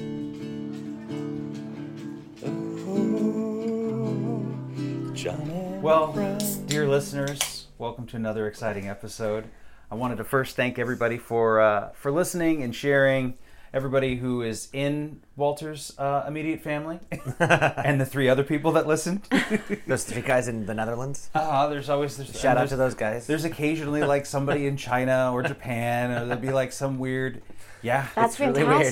John. Well, dear listeners, welcome to another exciting episode. I wanted to first thank everybody for uh, for listening and sharing. Everybody who is in Walter's uh, immediate family, and the three other people that listened. Those three guys in the Netherlands. Ah, there's always there's, Shout out there's- to those guys. There's occasionally like somebody in China or Japan, or there'll be like some weird. Yeah, That's really weird.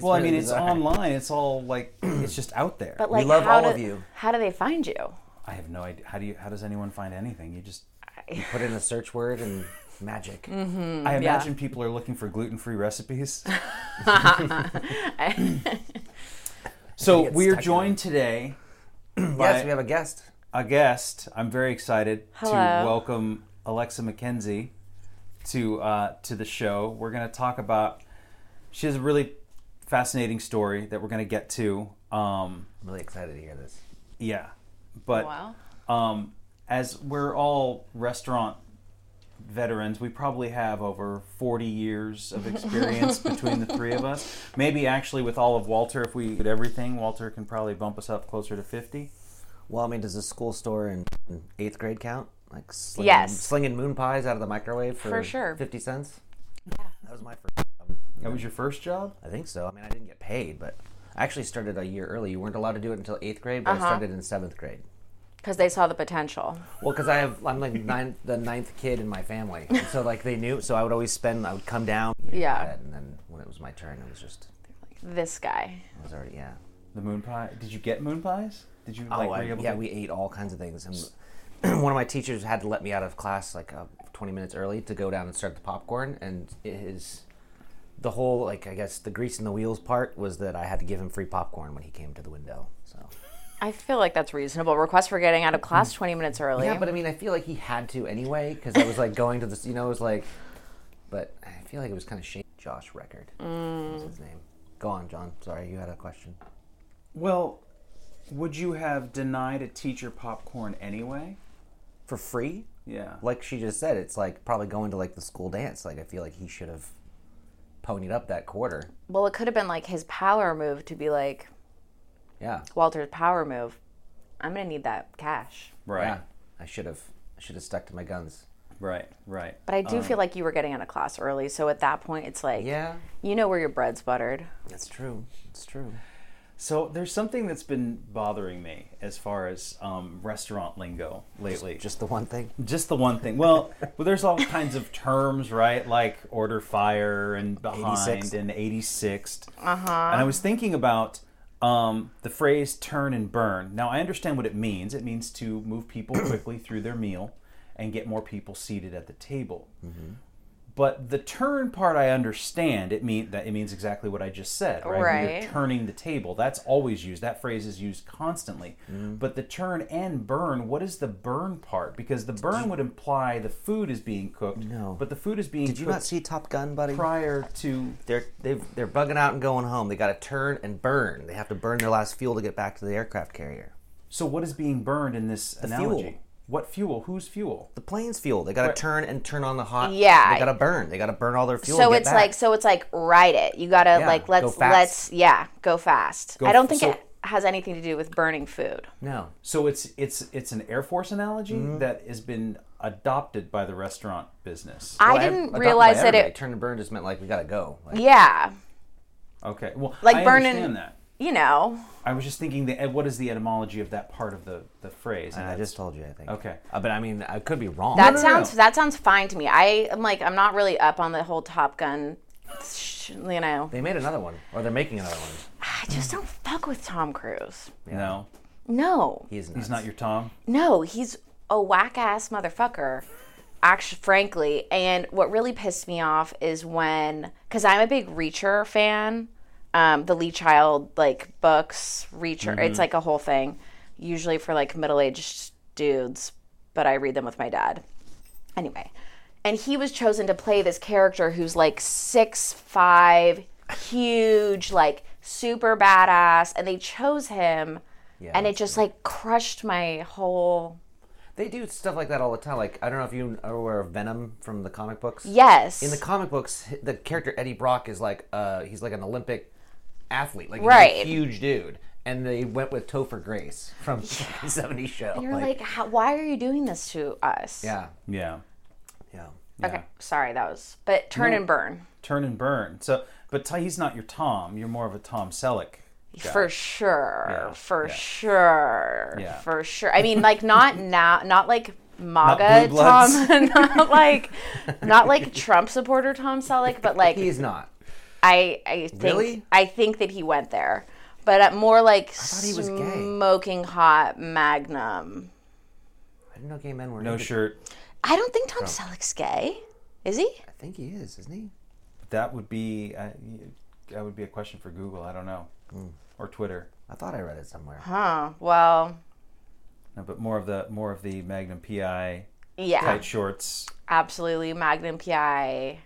well, I really mean, it's bizarre. online. It's all like it's just out there. But like, love how all do, of you. How do they find you? I have no idea. How do you? How does anyone find anything? You just Put in a search word and magic. Mm-hmm. I imagine people are looking for gluten-free recipes. so It's we are stuck in joined today by Yes, we have a guest. a guest. I'm very excited to Hello. welcome Alexa McKenzie to uh, to the show. We're going to talk about. She has a really fascinating story that we're going to get to. Um, I'm really excited to hear this. yeah, but um, as we're all restaurant veterans, we probably have over 40 years of experience between the three of us. Maybe actually with all of Walter, if we did everything, Walter can probably bump us up closer to 50. Well, I mean, does the school store in in eighth grade count? Like slinging, Yes. slinging moon pies out of the microwave for, For sure. fifty cents. Yeah, that was my first. That was your first job? I think so. I mean, I didn't get paid, but I actually started a year early. You weren't allowed to do it until eighth grade, but I started in seventh grade. Because they saw the potential. Well, because I have, I'm like nine, the ninth kid in my family, And so like they knew. So I would always spend. I would come down. Yeah. and then when it was my turn, it was just, This guy. it was already yeah. The moon pie. Did you get moon pies? Did you like oh, were I- you able yeah, to- we ate all kinds of things. And one of my teachers had to let me out of class like uh, 20 minutes early to go down and start the popcorn. And it is the whole like I guess the grease in the wheels part was that I had to give him free popcorn when he came to the window. So I feel like that's reasonable. Request for getting out of class 20 minutes early. Hmm. Oh, yeah, but I mean, I feel like he had to anyway because I was like going to this, you know, it was like, but I feel like it was kind of shady. Josh Record, was his name. Go on, John. Sorry, you had a question. Well, would you have denied a teacher popcorn anyway? For free? Yeah. like she just said, it's like probably going to like the school dance. Like I feel like he should have ponied up that quarter. well, it could have been like his power move to be like, Yeah, Walter's power move. I'm going to need that cash. right. yeah. I should have. I should have stuck to my guns. Right. Right. But I do feel like you were getting out of class early. So at that point, it's like, Uh. Yeah, you know where your bread's buttered. that's true. It's true. So there's something that's been bothering me as far as um, restaurant lingo lately. Just the one thing. Just the one thing. Well, well, there's all kinds of terms, right? Like order fire and behind 86th. and 86th. Uh huh. And I was thinking about um, the phrase turn and burn. Now, I understand what it means. It means to move people quickly through their meal and get more people seated at the table. But the turn part, I understand. It mean that it means exactly what I just said, right? When Right. You're turning the table. That's always used. That phrase is used constantly. Mm-hmm. But the turn and burn. What is the burn part? Because the burn would imply the food is being cooked. No. But the food is being. Did you cooked not see Top Gun, buddy? prior to? They're they've, they're bugging out and going home. They got to turn and burn. They have to burn their last fuel to get back to the aircraft carrier. So what is being burned in this fuel. analogy? What fuel? Whose fuel? The plane's fuel. They got to Right. turn and turn on the hot. Yeah. They got to burn. They got to burn all their fuel. so to get it's back. like so it's like ride it you gotta Yeah, like go let's fast. let's yeah go fast Go i don't f- think so- it has anything to do with burning food no. So it's it's it's an Air Force analogy Mm-hmm. that has been adopted by the restaurant business. i Well, ev- didn't adopted by realize that everybody. it turn and burn just meant like we got to go. Like, yeah Okay. Well, Like I burn and- understand that. you know I was just thinking that what is the etymology of that part of the the phrase? And I that's- just told you, I think. Okay. Uh, but I mean, I could be wrong. that no, no, sounds no. that sounds fine to me i am like i'm not really up on the whole top gun sh- you know they made another one, or they're making another one. i just don't fuck with tom cruise no, no He's, he's not your Tom. No, he's a whack ass motherfucker, actually, frankly. And what really pissed me off is when, because I'm a big Reacher fan, um, the Lee Child like books, Reacher. Mm-hmm. It's like a whole thing, usually for like middle aged dudes, but I read them with my dad. Anyway, and he was chosen to play this character who's like six five, huge, like super badass, and they chose him, and it just like crushed my whole They do stuff like that all the time. Like I don't know if you are aware of Venom from the comic books. yes. In the comic books, the character Eddie Brock is like uh he's like an Olympic athlete, like he's Right. a huge dude. And they went with Topher Grace from the '70s show. You're like, how, why are you doing this to us? yeah, Yeah. yeah. Okay. Sorry, that was. But turn and burn Turn and burn. So, but Ty- he's not your Tom. You're more of a Tom Selleck. for sure, Yeah, for yeah. sure, Yeah. for sure. I mean, like not now, not like Not MAGA Blue Tom, not like, not like Trump supporter Tom Selleck, but like He's not. I, I think Really? I think that he went there, but uh, more like he was gay. smoking hot Magnum. I didn't know gay men were. No into- shirt. I don't think Oh. Tom Selleck's gay, is he? I think he is, isn't he? That would be uh, that would be a question for Google. I don't know, Hmm. or Twitter. I thought I read it somewhere. Huh. Well, No, but more of the more of the Magnum PI yeah. tight shorts. absolutely Magnum PI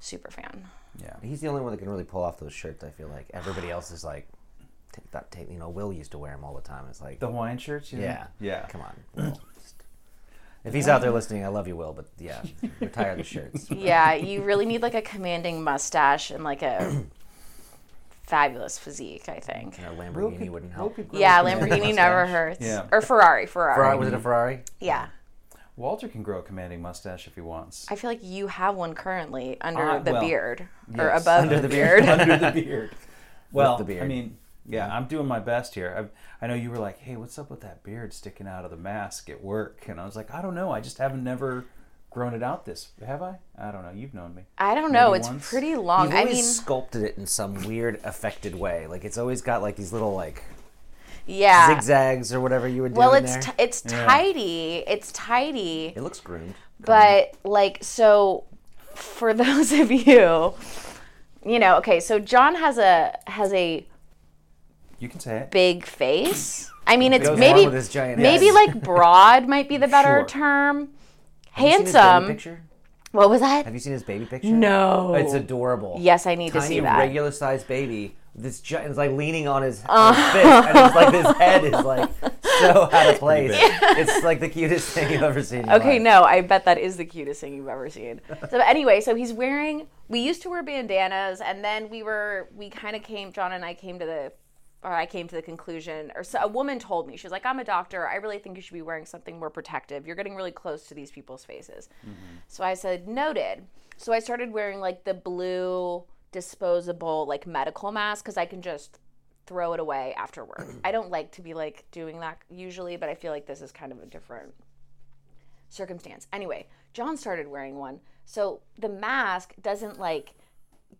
super fan. He's the only one that can really pull off those shirts. I feel like everybody else is like, take that tape. You know, Will used to wear them all the time. It's like, The Hawaiian shirts. You know? yeah, yeah. Come on, Will. Just- if he's out there listening, I love you, Will. But yeah, we're tired of the shirts. Yeah, you really need like a commanding mustache and like a fabulous physique, I think. A Lamborghini wouldn't help. Yeah, mustache. Lamborghini never hurts. Er Yeah. Or Ferrari, Ferrari. Ferrari, was it a Ferrari? Yeah. Walter can grow a commanding mustache if he wants. I feel like you have one currently under Uh, the well, beard or yes. above Under the beard. under the beard. Well, the beard. I mean, yeah, I'm doing my best here. I, I know you were like, "Hey, what's up with that beard sticking out of the mask at work?" And I was like, "I don't know. I just haven't never grown it out. This have I? I don't know. You've known me. I don't know. Maybe It's once. pretty long. You've I always mean, sculpted it in some weird affected way. Like it's always got like these little like yeah. zigzags or whatever you would do. Ah. Well, in it's there. t- it's tidy. It's tidy. it looks groomed. But like so for those of you you know, okay, so John has a has a You can say it. big face. I mean it's Goes maybe along with his giant maybe ass. like broad might be the better Sure. term. Have you seen his baby Handsome. picture? What was that? Have you seen his baby picture? No. It's adorable. yes, I need tiny, to see that. regular sized baby. This gi- is like leaning on his, Uh. his fist, and it's like his head is like so out of place. It's like the cutest thing you've ever seen. in your Okay, life. no, I bet that is the cutest thing you've ever seen. So anyway, so he's wearing. We used to wear bandanas, and then we were we kind of came. John and I came to the, or I came to the conclusion, or so, a woman told me she was like, "I'm a doctor. I really think you should be wearing something more protective. You're getting really close to these people's faces." So I said, "Noted." So I started wearing like the blue disposable like medical mask because I can just throw it away after work. I don't like to be like doing that usually, but I feel like this is kind of a different circumstance. Anyway, John started wearing one. So the mask doesn't like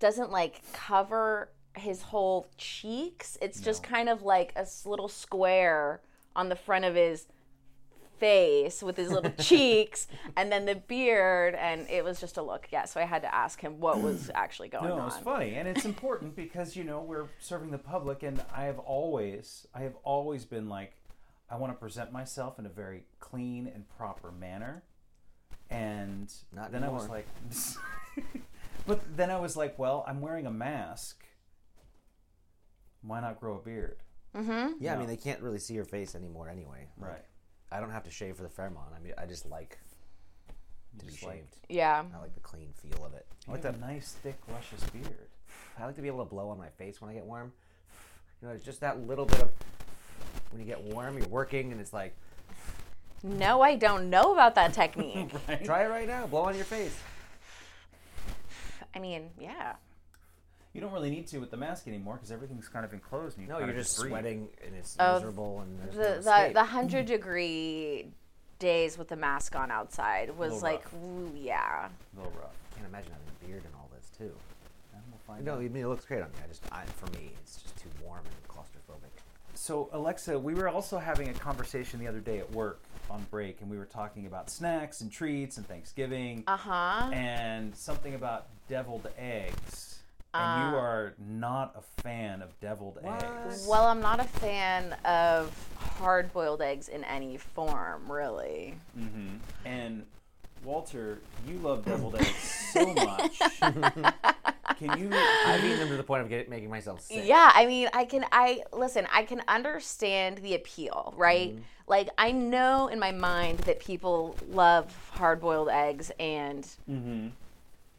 doesn't like cover his whole cheeks. It's just kind of like a s- little square on the front of his face with his little cheeks and then the beard and it was just a look. Yeah, so I had to ask him what was actually going No, on. it's funny, and it's important because you know we're serving the public, and I have always, I have always been like, I want to present myself in a very clean and proper manner, and Not then I was anymore. like, but then I was like, well, I'm wearing a mask. Why not grow a beard? Yeah, I mean they can't really see your face anymore anyway. Like, I don't have to shave for the pheromone. I mean, I just like to be Just shaved. like- Yeah. I like the clean feel of it. I You like, have to, a nice, thick, luscious beard. I like to be able to blow on my face when I get warm. You know, it's just that little bit of when you get warm, you're working, and it's like No, I don't know about that technique. try it right now, blow on your face. I mean, yeah. You don't really need to with the mask anymore because everything's kind of enclosed. And you No, kinda you're just breathe. sweating, and it's Of miserable, and there's no the the, escape. the hundred degree days with the mask on outside was Little like, rough. ooh, yeah. A little rough. can't imagine having a beard and all this too. And we'll find No, I mean it looks great on me. I just, I, for me, it's just too warm and claustrophobic. So, Alexa, we were also having a conversation the other day at work on break, and we were talking about snacks and Uh-huh. treats and Thanksgiving, Uh huh. and something about deviled eggs. Uh and you are not a fan of deviled eggs. Well, I'm not a fan of hard boiled eggs in any form, really. And Walter, you love deviled eggs so much. Can you? I've eaten them to the point of get, making myself sick. Yeah, I mean, I can, I listen, I can understand the appeal, right? Mm-hmm. Like, I know in my mind that people love hard boiled eggs, and Mm-hmm.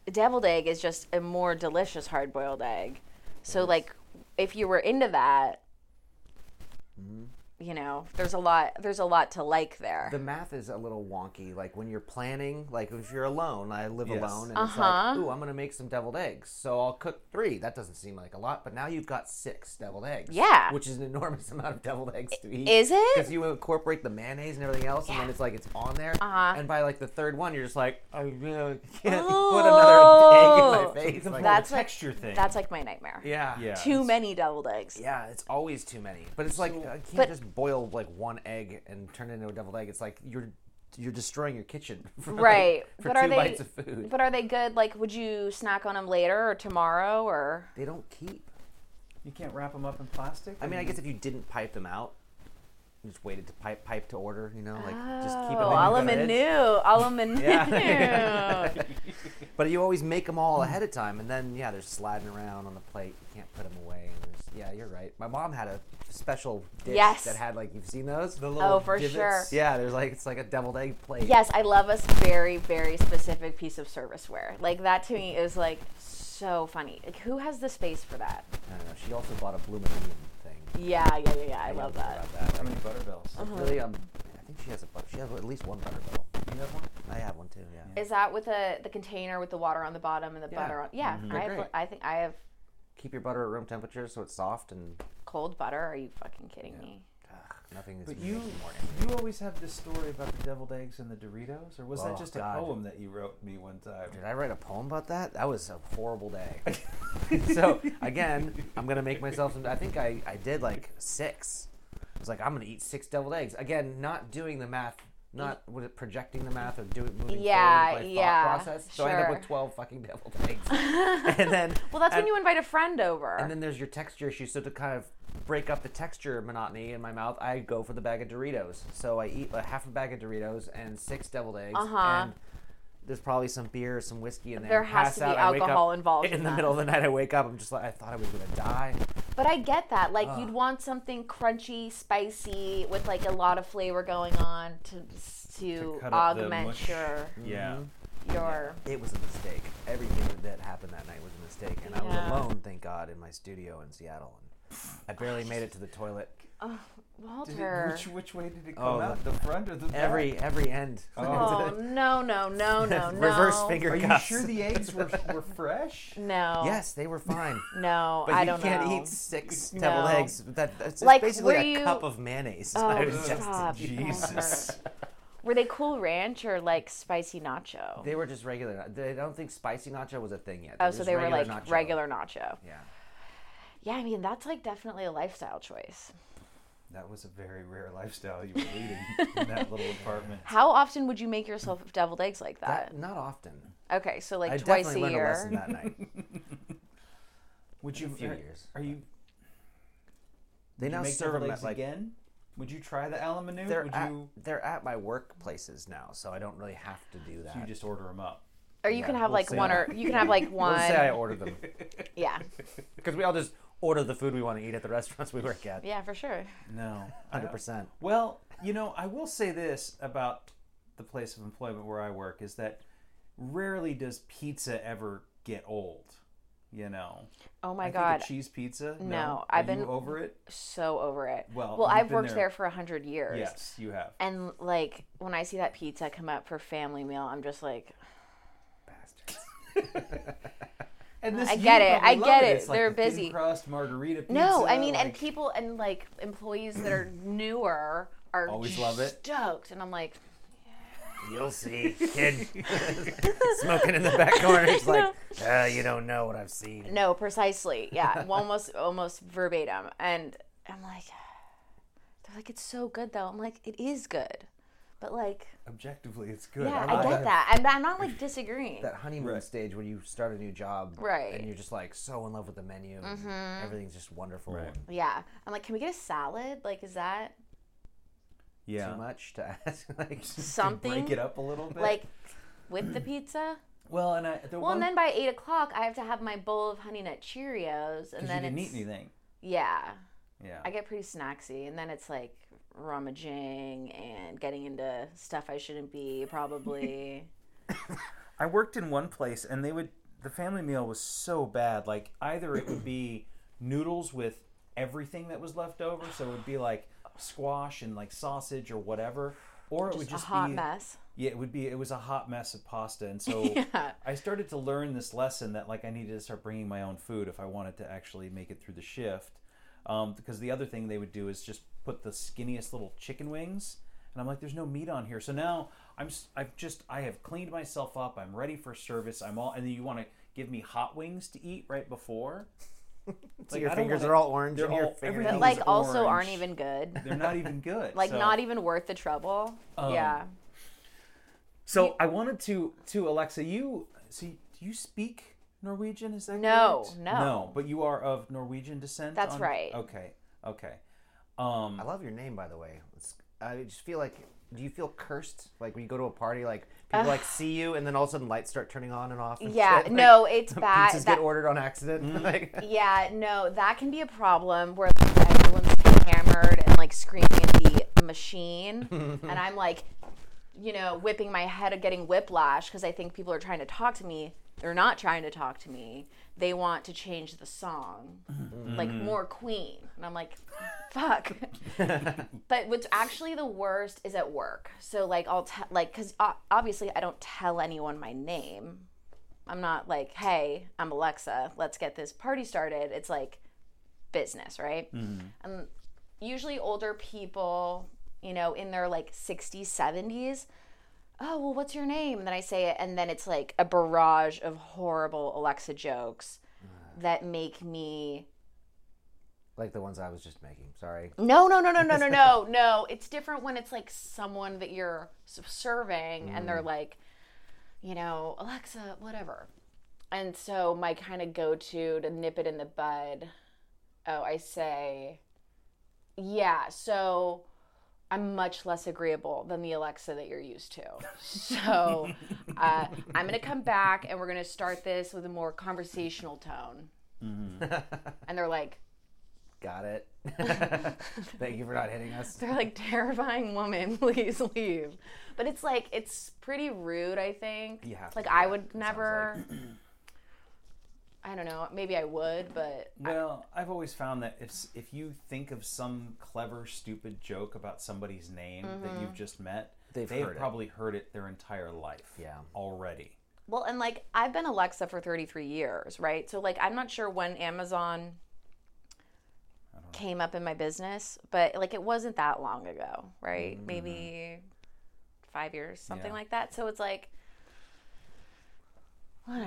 the deviled egg is just a more delicious hard boiled egg. So, like, if you were into that, you know, there's a lot, there's a lot to like there. Mm-hmm. The math is a little wonky. Like when you're planning, like if you're alone, I live Yes. alone, and it's like, Uh-huh. ooh, I'm gonna make some deviled eggs. So I'll cook three. That doesn't seem like a lot, but now you've got six deviled eggs. Yeah. which is an enormous amount of deviled eggs to eat. is it? Because you incorporate the mayonnaise and everything else, and then it's like it's on there. Uh-huh. And by like the third one, you're just like, I really can't Oh. put another egg in my face. Like, That's like, texture thing. that's like my nightmare. yeah, yeah. Too many deviled eggs. Yeah, it's always too many. But it's like I can't But- just boil like one egg and turn it into a deviled egg. It's like you're you're destroying your kitchen. For, like, Right. for but two are they bites of food. But are they good? Like, would you snack on them later or tomorrow or? they don't keep. You can't wrap them up in plastic. I mean, I guess if you didn't pipe them out, you just waited to pipe pipe to order. You know, like just keep it. Oh, all of them new. All of them Yeah. new. But you always make them all ahead of time, and then yeah, they're sliding around on the plate. You can't put them away. And there's, yeah, you're right. My mom had a special dish Yes. Oh, that had like you've seen those the little for divots? sure. Yeah, there's like it's like a deviled egg plate. Yes, I love a s- very, very specific piece of serviceware. Like that to me is like so funny. Like, who has the space for that? I don't know. She also bought a blooming onion thing. Yeah, yeah, yeah, yeah. I love wonder that. Uh-huh. about that. How many butterbells? Like, Really, um, I think she has a butter. She has at least one butter bill. You have one? I have one too. Yeah. Is that with the the container with the water on the bottom and the Yeah. butter on? Yeah, I, have, Great. I think I have Keep your butter at room temperature so it's soft and cold butter. Are you fucking kidding me? ugh, nothing is. But making you, me more you always have this story about the deviled eggs and the Doritos, or was that Oh, just God. a poem that you wrote me one time? Did I write a poem about that? That was a horrible day. so again, I'm gonna make myself. Some, I think I, I did like six. I was like, I'm gonna eat six deviled eggs. Again, not doing the math, not was it projecting the math or doing moving Yeah, forward with my yeah, thought process. So I end up sure. with twelve fucking deviled eggs. and then Well, that's and, when you invite a friend over. And then there's your texture issue. So to kind of break up the texture monotony in my mouth, I go for the bag of Doritos. So I eat a half a bag of Doritos and six deviled eggs. Uh-huh. And there's probably some beer or some whiskey in there. There has Pass to be out, I wake alcohol up, involved In in the that. middle of the night, I wake up. I'm just like, I thought I was gonna die. But I get that. Like you'd want something crunchy, spicy, with like a lot of flavor going on to To to, cut up the augment mush. your Yeah. your. It was a mistake. Everything that happened that night was a mistake, and I was Yeah. alone, thank God, in my studio in Seattle. And I barely made it to the toilet. Did it- Walter. which, which way did it come Oh, out? The front or the back? Every every end. Oh no no no Oh, no no. Reverse finger Are you cuffs. sure the eggs were, were fresh? No. Yes, they were fine. No. But I you don't can't know. eat six deviled No. eggs. That, that's it's Like, basically were a you- cup of mayonnaise. Oh, I was just- stop. Jesus. Were they cool ranch or like spicy nacho? They were just regular. They I don't think spicy nacho was a thing yet. oh, were so just they were like nacho. regular nacho. Yeah. Yeah, I mean that's like definitely a lifestyle choice. That was a very rare lifestyle you were leading in that little apartment. How often would you make yourself deviled eggs like that? That, not often. okay, so like I twice a definitely learned year. a lesson that night. Would you? few are, years. Are you? They you now make serve deviled them eggs at like again? Would you try the alamanu? they're Would at, you? they're at my workplaces now, so I don't really have to do that. You just order them up. Or you can have we'll like see. one or you can have like one. Let's say I ordered them yeah. because we all just order the food we want to eat at the restaurants we work at. Yeah, for sure. No. I Hundred don't- percent. Well, you know, I will say this about the place of employment where I work is that rarely does pizza ever get old. You know, Oh I my think of god. cheese pizza. No, No, Are I've been- you over it. so over it. Well, you've I've been worked there- there, for a hundred years. Yes, you have. And like when I see that pizza come up for family meal, I'm just like, And this I you get it, probably I love get it, It's like they're the thin busy. crust margarita. Pizza, no. I mean, and like- people and like employees that are newer are Always just love it. stoked, and I'm like, You'll see, kid. Smoking in the back corner. He's like, uh, you don't know what I've seen. no, precisely. Yeah, almost almost verbatim. And I'm like, they're like, it's so good though. I'm like, it is good. But like, Objectively, it's good. yeah, I get that. I'm, I'm not like disagreeing. That honeymoon Right. stage where you start a new job, Right. Mm-hmm. And you're just like so in love with the menu. and Everything's just wonderful. Right. and Yeah, I'm like, can we get a salad? Like, is that Yeah. Too much to ask. like, something? Break it up a little bit. Like, with the pizza. well, and I the Well, one and then by eight o'clock, I have to have my bowl of Honey Nut Cheerios, because and then you didn't eat it's anything. yeah, Yeah. I get pretty snacksy, and then it's like rummaging and getting into stuff I shouldn't be probably. I worked in one place and they would the family meal was so bad. Like either it would be noodles with everything that was left over, so it would be like squash and like sausage or whatever, or it would just just a hot be mess. Yeah, it would be it was a hot mess of pasta, and so Yeah. I started to learn this lesson that like I needed to start bringing my own food if I wanted to actually make it through the shift. Um, because the other thing they would do is just put the skinniest little chicken wings, and I'm like, there's no meat on here. So now I'm s- I've just I have cleaned myself up. I'm ready for service. I'm all, and then you want to give me hot wings to eat right before. so your fingers are all orange They're and your all- fingernails everything But is like, also orange. aren't even good. They're not even good. Like, so- Oh. not even worth the trouble. yeah. So I wanted to to Alexa, you see, do you speak Norwegian? Is that No, correct? no. no, but you are of Norwegian descent. That's on- right. Okay, okay. Um, I love your name, by the way. It's, I just feel like, do you feel cursed? Like when you go to a party, like people like see you, and then all of a sudden lights start turning on and off. And Yeah, shit, like, no, it's bad. Pizzas That- get ordered on accident. Like, Yeah, no, that can be a problem where like, everyone's hammered and like screaming at the machine, and I'm like, you know, whipping my head and getting whiplash because I think people are trying to talk to me. They're not trying to talk to me. They want to change the song, like more Queen, and I'm like, fuck. but what's actually the worst is at work. So like I'll te- like because obviously I don't tell anyone my name. I'm not like, hey, I'm Alexa. Let's get this party started. It's like business, right? Um, usually older people, you know, in their like 60s, 70s. Oh, well, what's your name? And then I say it, and then it's like a barrage of horrible Alexa jokes that make me like the ones I was just making. Sorry. no, no, no, no, no, no, no, no. It's different when it's like someone that you're s- serving and they're like, you know, Alexa, whatever. And so my kind of go to to nip it in the bud, oh, I say, yeah, so I'm much less agreeable than the Alexa that you're used to. So uh, I'm going to come back and we're going to start this with a more conversational tone. and they're like, Got it. Thank you for not hitting us. they're like terrifying woman please leave but it's like it's pretty rude i think You have to like do i that, would it sounds never i don't know maybe i would but well, I've always found that if s- if you think of some clever, stupid joke about somebody's name Mm-hmm. that you've just met, They've heard it. probably heard it their entire life. Yeah. already. well and like i've been alexa for 33 years right so like i'm not sure when amazon came up in my business but like it wasn't that long ago right Mm-hmm. maybe five years something Yeah. like that so it's like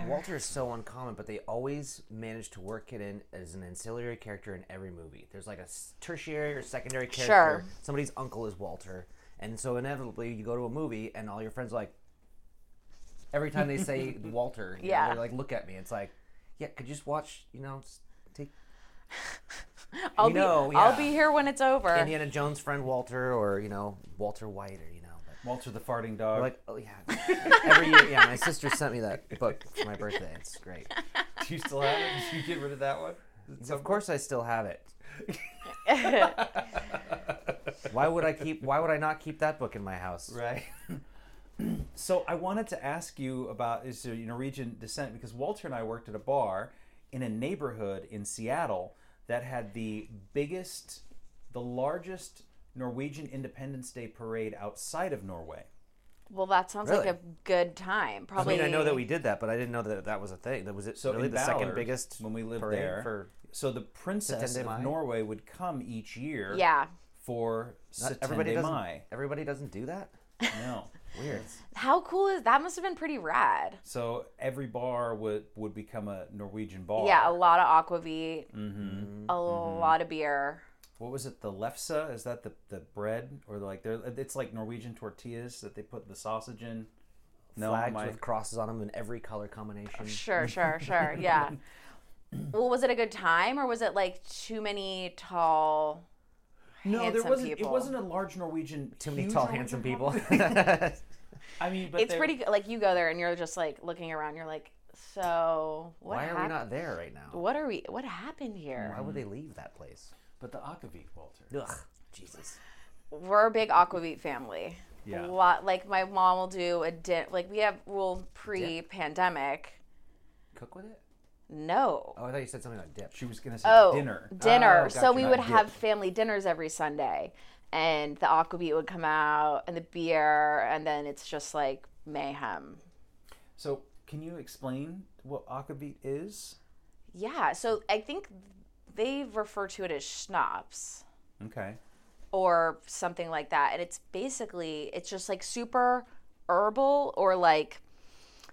Walter is so uncommon, but they always manage to work it in as an ancillary character in every movie. There's like a s- tertiary or secondary character. Sure. Somebody's uncle is Walter. And so inevitably, you go to a movie, and all your friends are like, every time they say Walter, you know, Yeah. they're like, look at me. It's like, yeah, could you just watch, you know, s- take i'll You know, be i'll yeah. be here when it's over Indiana Jones' friend Walter or, you know, Walter White or, you know. But Walter the farting dog. like, oh, yeah. every year, yeah, my sister sent me that book for my birthday. It's great. do you still have it? Did you get rid of that one? Of course, I still have it. why would I keep? Why would I not keep that book in my house? Right. so I wanted to ask you about is there Norwegian descent because Walter and I worked at a bar in a neighborhood in Seattle that had the biggest, the largest Norwegian Independence Day parade outside of Norway. well that sounds Really? like a good time I probably mean, I know that we did that, but I didn't know that that was a thing. That was it. So really in the second Ballard, biggest when we lived parade there. for So the princess September of Mai? Norway would come each year. yeah For not, September everybody doesn't. Mai. Everybody doesn't do that. No. Weird. How cool is that? Must have been pretty rad. So every bar would would become a Norwegian bar. Mm-hmm. Yeah, a lot of aquavit, a lot of beer. what was it? The lefse? Is that the the bread or like they're it's like Norwegian tortillas that they put the sausage in? No, Flags my- with crosses on them in every color combination. Sure, sure, sure. Yeah. Well, was it a good time or was it like too many tall? no, there handsome wasn't. people. It wasn't a large Norwegian. Too many huge tall, Norwegian handsome pop- people. I mean, but It's they're- pretty good. Like you go there and you're just like looking around. You're like, so what? Why are we hap- not there right now? What are we? What happened here? Why would they leave that place? But the akavit, Walter. Ugh, Jesus. We're a big Aquavit family. Yeah. A lot, like my mom will do a din Like we have rule pre-pandemic. Cook with it? No. Oh, I thought you said something about dip. She was gonna say Oh, dinner. Dinner. Oh, so gotcha. we Not would dip. have family dinners every Sunday, and the aquavit would come out, and the beer, and then it's just like mayhem. So can you explain what akavit is? Yeah. So I think they refer to it as schnapps Okay. or something like that, and it's basically it's just like super herbal or like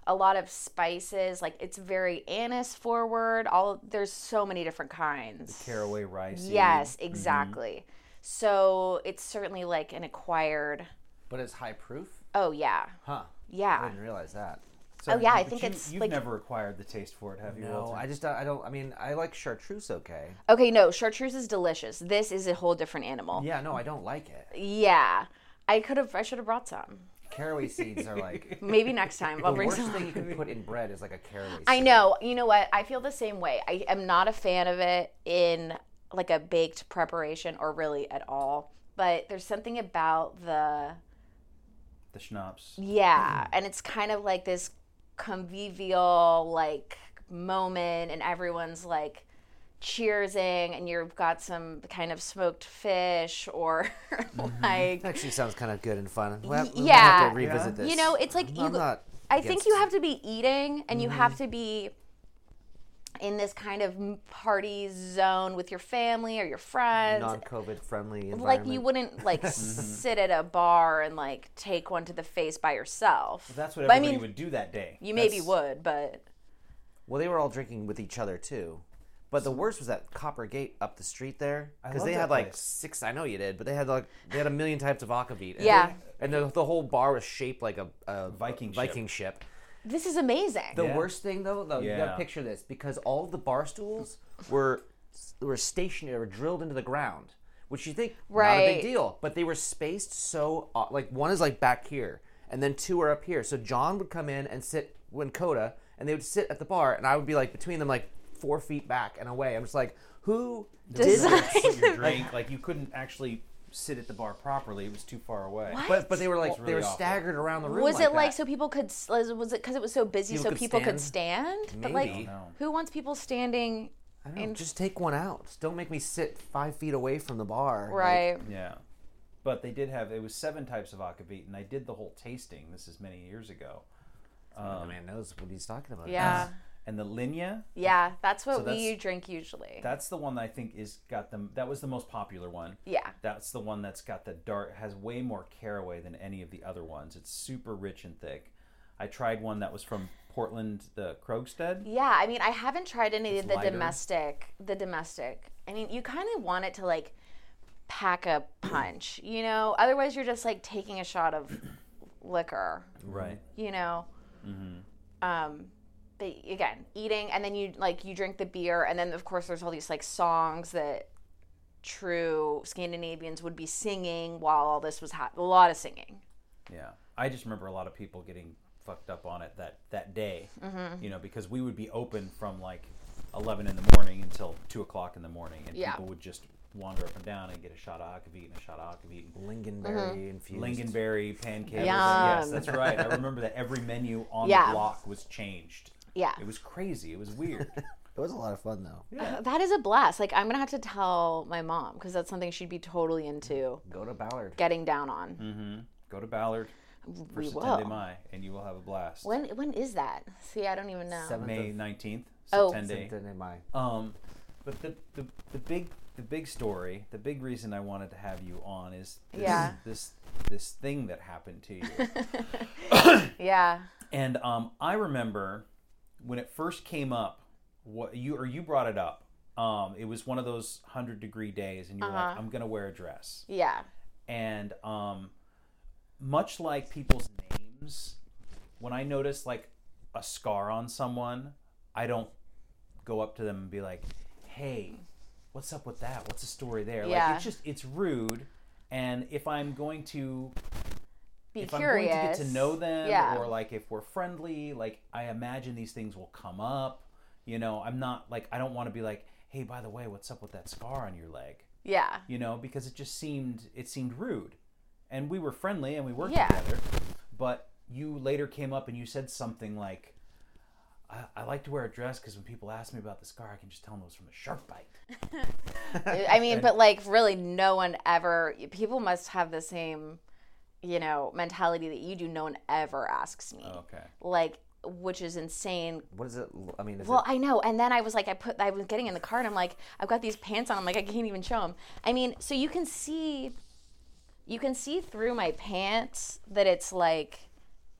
a lot of spices. Like it's very anise forward. All there's so many different kinds. Caraway rice. Yes, exactly. So it's certainly like an acquired. But it's high proof? Oh yeah, Huh. I yeah. didn't realize that. So- Oh, yeah, I but think you, it's, you've like- never acquired the taste for it, have you? No, Walter? I just don't, I don't. I mean, I like chartreuse okay. Okay, no, chartreuse is delicious. This is a whole different animal. Yeah, no, I don't like it. Yeah. I could have. I should have brought some. Caraway seeds are like Maybe next time I'll the bring worst some. thing you can put in bread is like a caraway. Seed. I know. You know what? I feel the same way. I am not a fan of it in like a baked preparation or really at all. But there's something about the the schnapps. Yeah, Mm-hmm. and it's kind of like this convivial like moment, and everyone's like cheersing, and you've got some kind of smoked fish or Mm-hmm. like Actually, sounds kind of good and fun. We'll have, we yeah. have to revisit this. you know, it's like you. I'm not. I think against- you have to be eating, and you Mm-hmm. have to be in this kind of m- party zone with your family or your friends. non-COVID friendly like you wouldn't like Mm-hmm. sit at a bar and like take one to the face by yourself. That's what But everybody I mean, would do that day. You maybe That's- would, but Well, they were all drinking with each other too. But the worst was that Copper Gate up the street there because love they that had like place. six. I know you did, but they had like they had a million types of akavit. And Yeah. and the, the whole bar was shaped like a, a Viking Viking ship. this is amazing. The Yeah. worst thing though, though, you Yeah. gotta picture this because all the bar stools were were stationary, were drilled into the ground, which you think not a Right. big deal, but they were spaced so odd- like one is like back here, and then two are up here. So John would come in and sit when Coda, and they would sit at the bar, and I would be like between them, like four feet back and away. I'm just like, who did Design- this? Sit your drink. like you couldn't actually sit at the bar properly. It was too far away. But but they were like It's they really were awful. staggered around the room. was it like that. so people could s- was was it because it was so busy People so could people could stand? But Maybe. like, I don't who wants people standing? I don't know, just take one out. Don't make me sit five feet away from the bar. like- Right. Yeah. But they did have it was seven types of akavit, and I did the whole tasting. This is many years ago. The oh, man knows what he's talking about. yeah. And the linea, Yeah. That's what we that's- drink usually. that's the one that I think is got the that was the most popular one. Yeah. That's the one that's got the dark has way more caraway than any of the other ones. It's super rich and thick. I tried one that was from Portland, the Krogstead. yeah. I mean, I haven't tried any of the lighter. domestic. The domestic. I mean, you kind of want it to like pack a punch, you know. Otherwise, you're just like taking a shot of liquor. Right. you know. Mm-hmm. Um, but again, eating and then you like you drink the beer and then of course there's all these like songs that true Scandinavians would be singing while all this was happening. A lot of singing. Yeah, I just remember a lot of people getting fucked up on it that that day. Mm-hmm. You know, because we would be open from like eleven in the morning until two o'clock in the morning, and Yeah. people would just wander up and down and get a shot of akavit and a shot of akavit. and Lingonberry Mm-hmm. infused. Lingonberry pancakes. Yes, Yum. that's right. I remember that every menu on Yeah. the block was changed. Yeah. It was crazy. It was weird. It was a lot of fun though. That is a blast. Like I'm gonna have to tell my mom because that's something she'd be totally into Go to Ballard. getting down on. Mm. Go to Ballard for We Satende will. Mai, and you will have a blast. When uh, when is that? See, I don't even know. Seven- May nineteenth, Oh. Satende. Then am I? Um, but the, the the big the big story, the big reason I wanted to have you on is this, Yeah. this this thing that happened to you. Yeah. and um, I remember when it first came up, what you or you brought it up. Um, it was one of those hundred degree days, and you're like, I'm gonna wear a dress. Yeah. and um, much like people's names, when I notice like a scar on someone, I don't go up to them and be like, "Hey, what's up with that? What's the story there?" Like Yeah. it's just it's rude. And if I'm going to Be if curious. I'm going to get to know them, Yeah. or like if we're friendly, like I imagine these things will come up. You know, I'm not like I don't want to be like, "Hey, by the way, what's up with that scar on your leg?" Yeah. you know, because it just seemed it seemed rude. And we were friendly and we worked Yeah. together, but you later came up and you said something like, "I, I like to wear a dress because when people ask me about the scar, I can just tell them it was from a shark bite." I mean, but like really, no one ever. People must have the same, you know, mentality that you do. No one ever asks me. Okay. Like, which is insane What is it? I mean, is Well, it, I know. And then I was like, I put, I was getting in the car, and I'm like, I've got these pants on. I'm like, I can't even show them. I mean, so you can see, you can see through my pants that it's like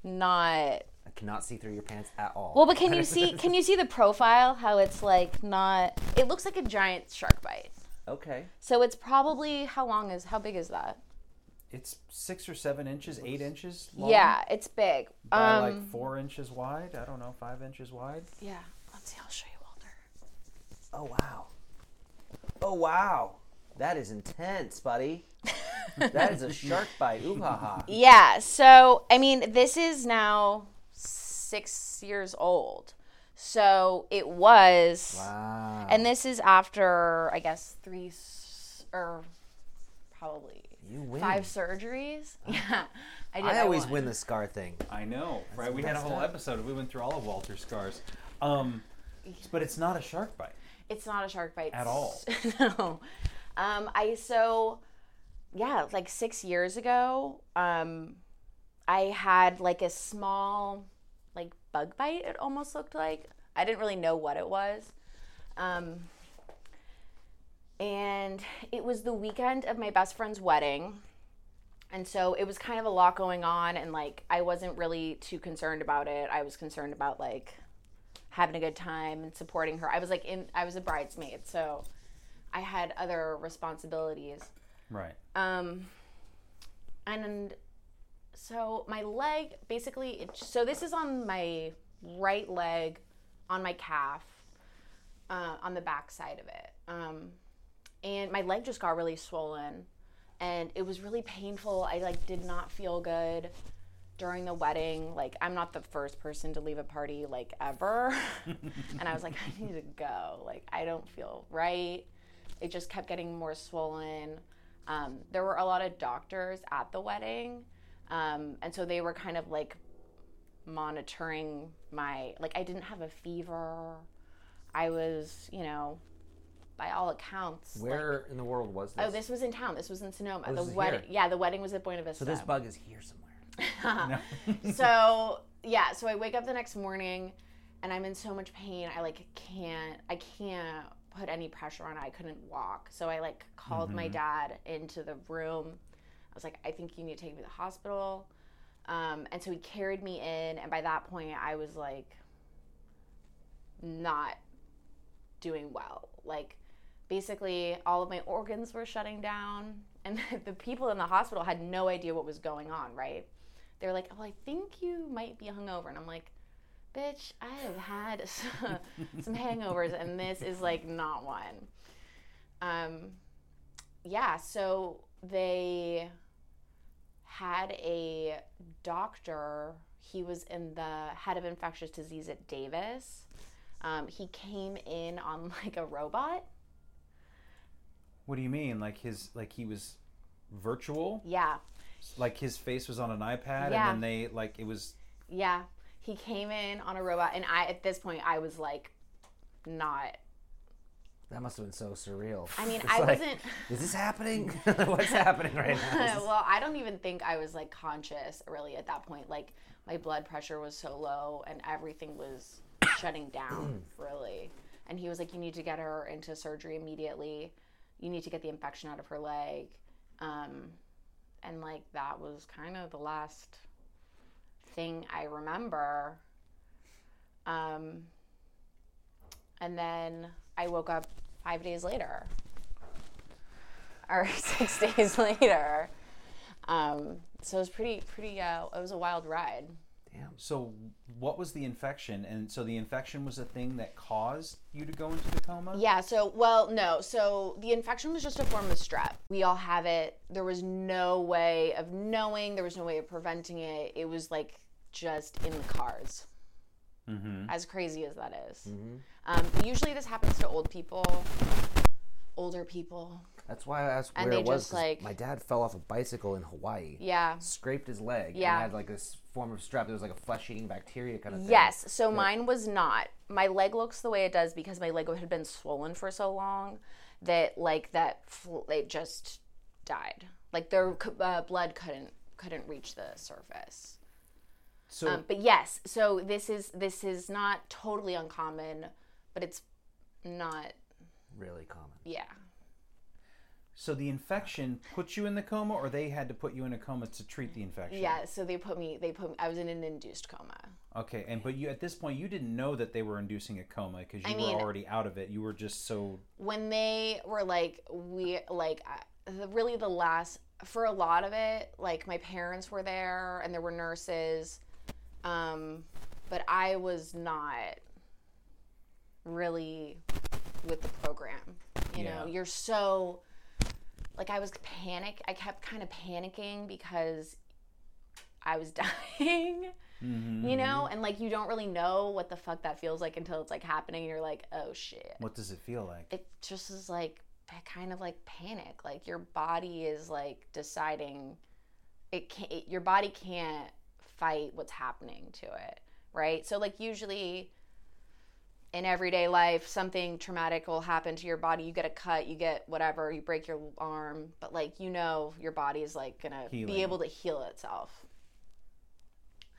not. I cannot see through your pants at all. Well, but can you see? Can you see the profile? How it's like not. It looks like a giant shark bite. okay. So it's probably how long is how big is that? It's six or seven inches, eight inches long. Yeah, it's big. By Um, like four inches wide. I don't know, five inches wide. yeah. Let's see. I'll show you, Walter. Oh wow. Oh wow. That is intense, buddy. that is a shark bite. Ooh ha ha. Yeah. So, I mean, this is now six years old. So it was. Wow. And this is after, I guess, three s- or probably You win. five surgeries. Yeah. I, did I that always one. win the scar thing. I know, right? We had a messed whole up. episode. We went through all of Walter's scars, um, but it's not a shark bite. It's not a shark bite At all. no. Um, I so yeah, like six years ago, um, I had like a small like bug bite. It almost looked like I didn't really know what it was. Um, and it was the weekend of my best friend's wedding. And so it was kind of a lot going on, and like I wasn't really too concerned about it. I was concerned about like having a good time and supporting her. I was like in I was a bridesmaid, so I had other responsibilities. Right. Um and so my leg basically it, so this is on my right leg on my calf uh, on the back side of it. Um and my leg just got really swollen and it was really painful. I like did not feel good during the wedding. Like I'm not the first person to leave a party like ever. and I was like I need to go. Like I don't feel right. It just kept getting more swollen. Um, there were a lot of doctors at the wedding. Um, and so they were kind of like monitoring my like I didn't have a fever. I was, you know, by all accounts like- Where in the world was this? Oh, this was in town. This was in Sonoma. the this is wedding, here. yeah, the wedding was at Buena Vista. so this bug is here somewhere. So, yeah, so I wake up the next morning, and I'm in so much pain. I like can't, I can't put any pressure on. it. I couldn't walk, so I like called my dad into the room. I was like, I think you need to take me to the hospital. Um, and so he carried me in, and by that point, I was like, not doing well. Like, basically, all of my organs were shutting down, and the people in the hospital had no idea what was going on, right? They're like, "Oh, I think you might be hungover," and I'm like, "Bitch, I have had some, some hangovers, and this is like not one." Um, yeah, so they had a doctor. He was in the head of infectious disease at Davis. Um, he came in on like a robot. What do you mean? Like his like he was virtual? Yeah, Like his face was on an iPad Yeah. and then they like it was yeah. He came in on a robot, and I at this point I was like, not. That must have been so surreal. I mean, It's I like, wasn't. Is this happening? What's happening right now? well, I don't even think I was like conscious really at that point. Like my blood pressure was so low and everything was shutting down really. And he was like, "You need to get her into surgery immediately. You need to get the infection out of her leg." Um, and like that was kind of the last thing I remember. Um, and then I woke up five days later or six days later. Um, so it was pretty, pretty, uh, it was a wild ride. So, what was the infection? And so, the infection was a thing that caused you to go into the coma. Yeah, so, well, no. So the infection was just a form of strep. We all have it. There was no way of knowing, there was no way of preventing it. It was like just in the cards. As crazy as that is. Um, usually this happens to old people, older people. That's why I asked And where they it was. just, 'cause like- my dad fell off a bicycle in Hawaii. Yeah. Scraped his leg. Yeah. And had like this form of strep. There was like a flesh eating bacteria kind of thing. Yes. So mine was not. My leg looks the way it does because my leg had been swollen for so long that like that fl- it just died. Like their c- uh, blood couldn't couldn't reach the surface. So, Um, but yes, so this is this is not totally uncommon, but it's not. Really common. Yeah. so the infection put you in the coma, or they had to put you in a coma to treat the infection. Yeah. So they put me. They put. Me, I was in an induced coma. Okay. And but you at this point you didn't know that they were inducing a coma because you I were mean- already out of it. You were just so when they were like we like uh, the, really the last for a lot of it like my parents were there and there were nurses um but i was not really with the program you Yeah. know you're so like i was panic i kept kind of panicking because i was dying mm-hmm. you know and like you don't really know what the fuck that feels like until it's like happening and you're like oh shit what does it feel like? it just is like pa- kind of like panic like your body is like deciding it can't it, your body can't fight what's happening to it right so like usually in everyday life something traumatic will happen to your body you get a cut you get whatever you break your arm but like you know your body is like gonna Healing. be able to heal itself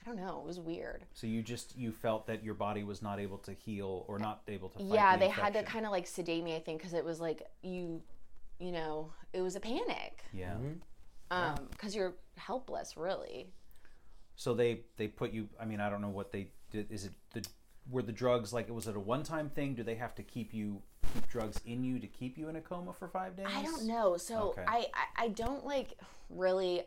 i don't know it was weird So you just you felt that your body was not able to heal or not able to. Fight yeah the they had to infection. kind of like sedate me i think because it was like you you know it was a panic Yeah. um because you're helpless really So they they put you. I mean, I don't know what they did. Is it the were the drugs like was it a one time thing? Do they have to keep you keep drugs in you to keep you in a coma for five days? i don't know so Okay. I, I i don't like really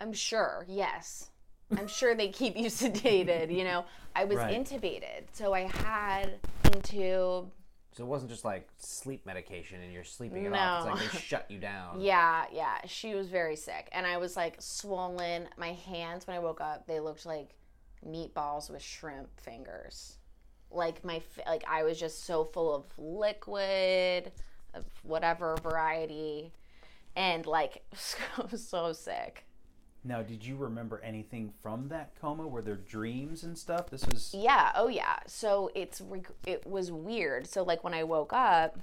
i'm sure yes i'm sure they keep you sedated you know i was Right. intubated so i had into So it wasn't just like sleep medication and you're sleeping it off. It's No. like they shut you down. yeah yeah she was very sick and i was like swollen my hands when i woke up they looked like meatballs with shrimp fingers like my f- like I was just so full of liquid of whatever variety and like so, so sick. Now, did you remember anything from that coma? Were there dreams and stuff? This was Yeah, oh yeah. So it's reg- it was weird. So like when I woke up,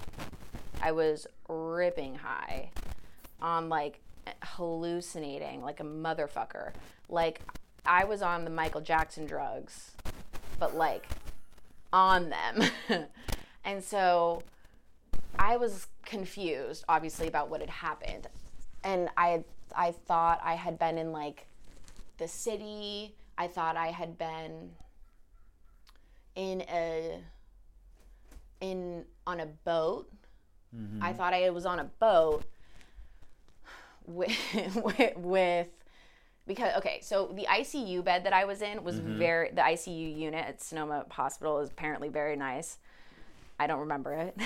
I was ripping high on like hallucinating like a motherfucker. Like I was on the Michael Jackson drugs, but like on them. and so I was confused, obviously, about what had happened, and I I thought I had been in like the city. I thought I had been in a in on a boat. I thought I was on a boat with, with with because okay, so the ICU bed that I was in was very the ICU unit at Sonoma Hospital is apparently very nice. I don't remember it.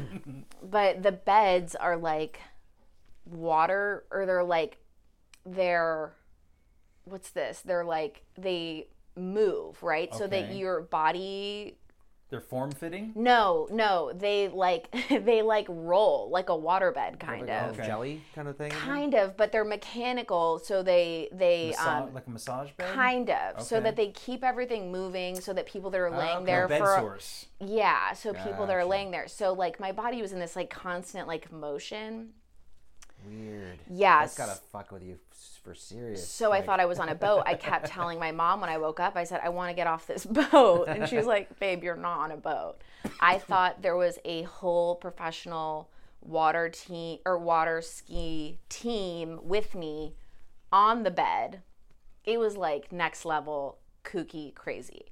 but the beds are like water or they're like they're what's this? They're like they move, right? So that Okay. your body they're form fitting. no, no, they like they like roll like a waterbed kind Like, of. oh, jelly kind of thing. in there? Kind of, but they're mechanical, so they they Massa- um, like a massage bed. kind of so Okay. that they keep everything moving, so that people that are laying No, there bed for source. yeah, so people that are laying there, so like my body was in this like constant like motion. Weird. Yeah, That's gotta s- fuck with you s- for serious. So I thought I was on a boat. I kept telling my mom when I woke up, I said, I want to get off this boat. And she was like, Babe, you're not on a boat. I thought there was a whole professional water team or water ski team with me on the bed. It was like next level kooky crazy.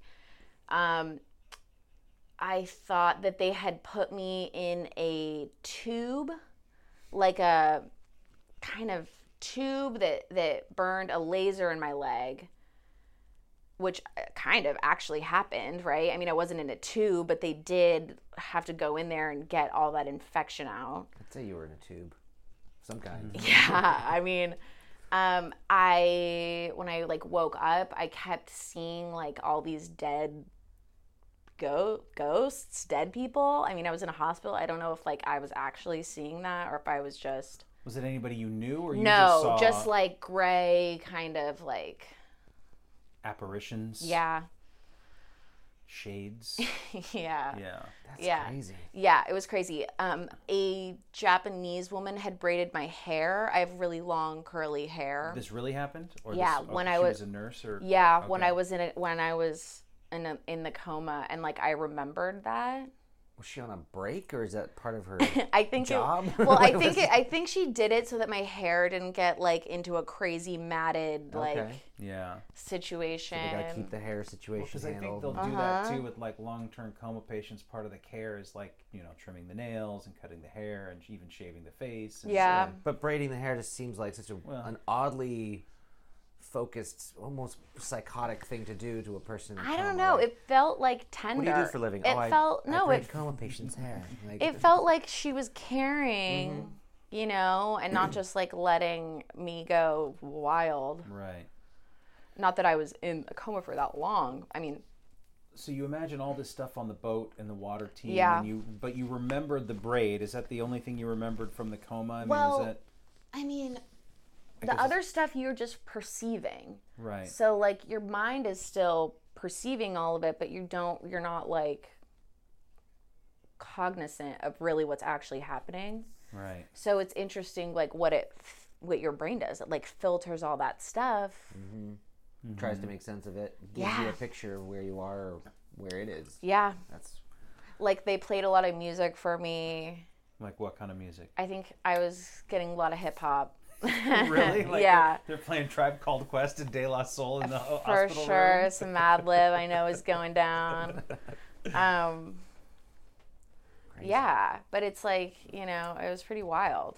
Um, I thought that they had put me in a tube, like a kind of tube that that burned a laser in my leg, which uh, kind of actually happened, right? I mean, I wasn't in a tube, but they did have to go in there and get all that infection out. I'd say you were in a tube, some kind. Mm-hmm. Yeah, I mean, um, I when I like woke up, I kept seeing like all these dead go ghosts, dead people. I mean, I was in a hospital. I don't know if like I was actually seeing that or if I was just Was it anybody you knew or you just no, saw just, like gray kind of like apparitions? yeah, Shades. yeah, Yeah. That's yeah. crazy. Yeah, it was crazy. Um, a Japanese woman had braided my hair. I have really long curly hair. This really happened? Or Yeah, this, when oh, I she was- was a nurse or Yeah, when Okay. I was in it, when I was in a, in the coma, and like I remembered that. Was she on a break or is that part of her? I think Job? It, well, I What think was- it, I think she did it so that my hair didn't get like into a crazy matted like Okay. Yeah. situation. They gotta keep the hair situation Because I think handled. they'll do that Uh-huh. too with like long-term coma patients. Part of the care is like you know trimming the nails and cutting the hair and even shaving the face. And yeah, but braiding the hair just seems like such a, an oddly focused, almost psychotic thing to do to a person. in I don't coma. know. Like, It felt like tender. what do you do for a living? It oh, I- felt I, no. braid it coma patients' hair. Like, it felt like she was caring, you know, and not just like letting me go wild. Right. Not that I was in a coma for that long. I mean, So you imagine all this stuff on the boat and the water team. Yeah. And you, but you remembered the braid. Is that the only thing you remembered from the coma? I mean, Well, was that I mean, the other stuff you're just perceiving. right? So like your mind is still perceiving all of it, but you don't you're not like cognizant of really what's actually happening. Right. So it's interesting like what it f- what your brain does. It like filters all that stuff. tries to make sense of it. Gives you Yeah. a picture of where you are or where it is. Yeah. That's Like they played a lot of music for me. Like what kind of music? I think I was getting a lot of hip hop. really? Like yeah. They're, they're playing Tribe Called Quest and De La Soul in the ho- for hospital sure. room. Some Mad Lib I know is going down. Um, yeah, but it's like you know, it was pretty wild.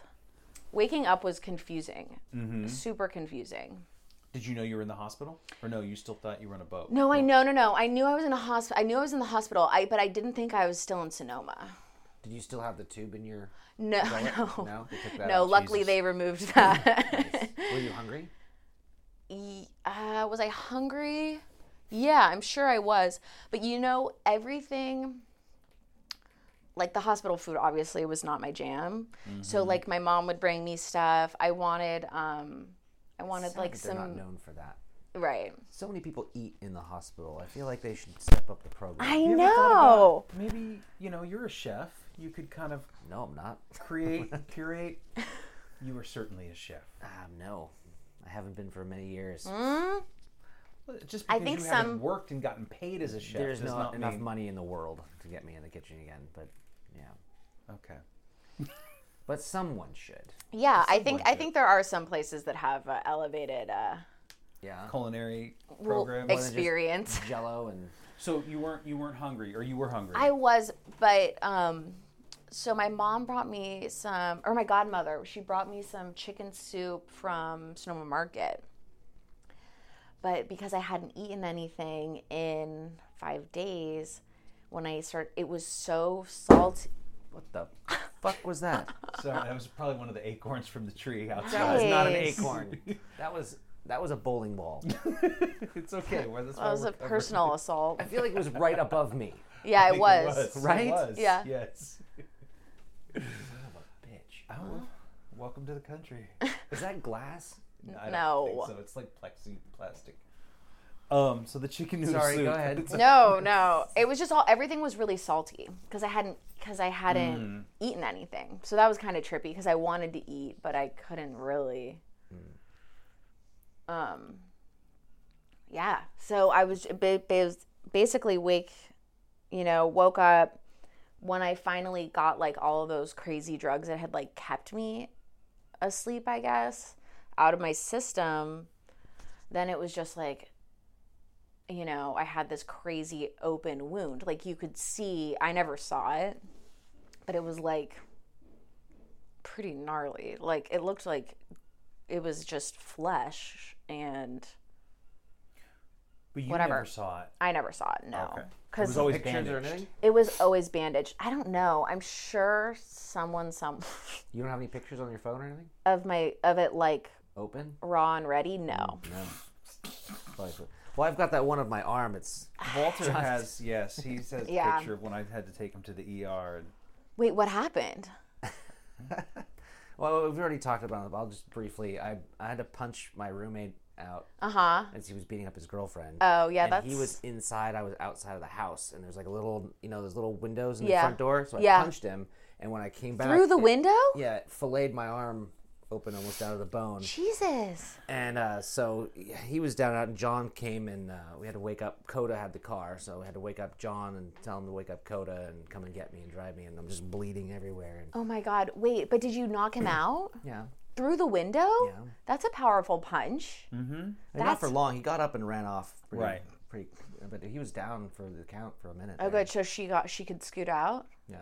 Waking up was confusing, Mm-hmm. super confusing. Did you know you were in the hospital, or no? You still thought you were on a boat? No, I no no no. I knew I was in a hospital. I knew I was in the hospital. I but I didn't think I was still in Sonoma. Did you still have the tube in your? No, no, no. No, they took that out. luckily Jesus. they removed that. Were you hungry? Y- uh, was I hungry? Yeah, I'm sure I was. But you know, everything, like the hospital food, obviously was not my jam. So like my mom would bring me stuff. I wanted, um, I wanted Sad like that they're not some known for that. right. So many people eat in the hospital. I feel like they should step up the program. I You ever thought know. about- Maybe you know you're a chef. You could kind of No, I'm not. create, curate. You are certainly a chef. Um, no, I haven't been for many years. Mm. Mm-hmm. Well, Just I because think you haven't some- worked and gotten paid as a chef There's does not, not, enough mean money in the world to get me in the kitchen again. But yeah, okay. but someone should. Yeah, I think someone I should. think there are some places that have uh, elevated uh, Yeah, Culinary well, program. just- experience. Jello and so you weren't you weren't hungry, or you were hungry. I was, but um, so my mom brought me some, or my godmother, she brought me some chicken soup from Sonoma Market. But because I hadn't eaten anything in five days, when I start, it was so salty. what the fuck was that? Sorry, that was probably one of the acorns from the tree That was outside. not an Nice. acorn. That was that was a bowling ball. it's okay. Well, that's That why was we're a covered. personal assault. I feel like it was right above me. Yeah, I it think was. It right? was, Yeah. Yes. Bitch, Oh, welcome to the country. is that glass? I don't No. Think so it's like plexi plastic. Um. So the chicken noodle Sorry, soup. go ahead. No, no. It was just all everything was really salty because I hadn't because I hadn't eaten anything. So that was kind of trippy because I wanted to eat, but I couldn't really. Um. Yeah. So I was, ba- ba- basically wake, you know, woke up when I finally got like all of those crazy drugs that had like kept me asleep, I guess, out of my system. Then it was just like you know, I had this crazy open wound. Like you could see, I never saw it, but it was like pretty gnarly. Like it looked like it was just flesh and But you Whatever. never saw it. I never saw it. No. Okay. It Cuz was always Pictures or bandaged. anything? it was always bandaged. I don't know. I'm sure someone some You don't have any pictures on your phone or anything? of my of it like Open? raw and ready. No. No. Probably so. Well, I've got that one of my arm. It's Walter has yes, he has Yeah. a picture of when I had to take him to the ER. And Wait, what happened? well, we've already talked about it. But I'll just briefly. I I had to punch my roommate out Uh-huh. as he was beating up his girlfriend. Oh, yeah, and that's he was inside. I was outside of the house, and there's like a little, you know, those little windows in Yeah. the front door. So I Yeah. punched him, and when I came back through the it- window? yeah, it filleted my arm open almost out of the bone. Jesus. And uh, so he was down and out, and John came, and uh, we had to wake up. Coda had the car, so we had to wake up John and tell him to wake up Coda and come and get me and drive me. And I'm just bleeding everywhere. And Oh my god. Wait, but did you knock him out? yeah, Through the window? Yeah. That's a powerful punch. And not for long. He got up and ran off. Pretty, Right. Pretty, but he was down for the count for a minute. Oh there. good. So she got she could scoot out. Yeah.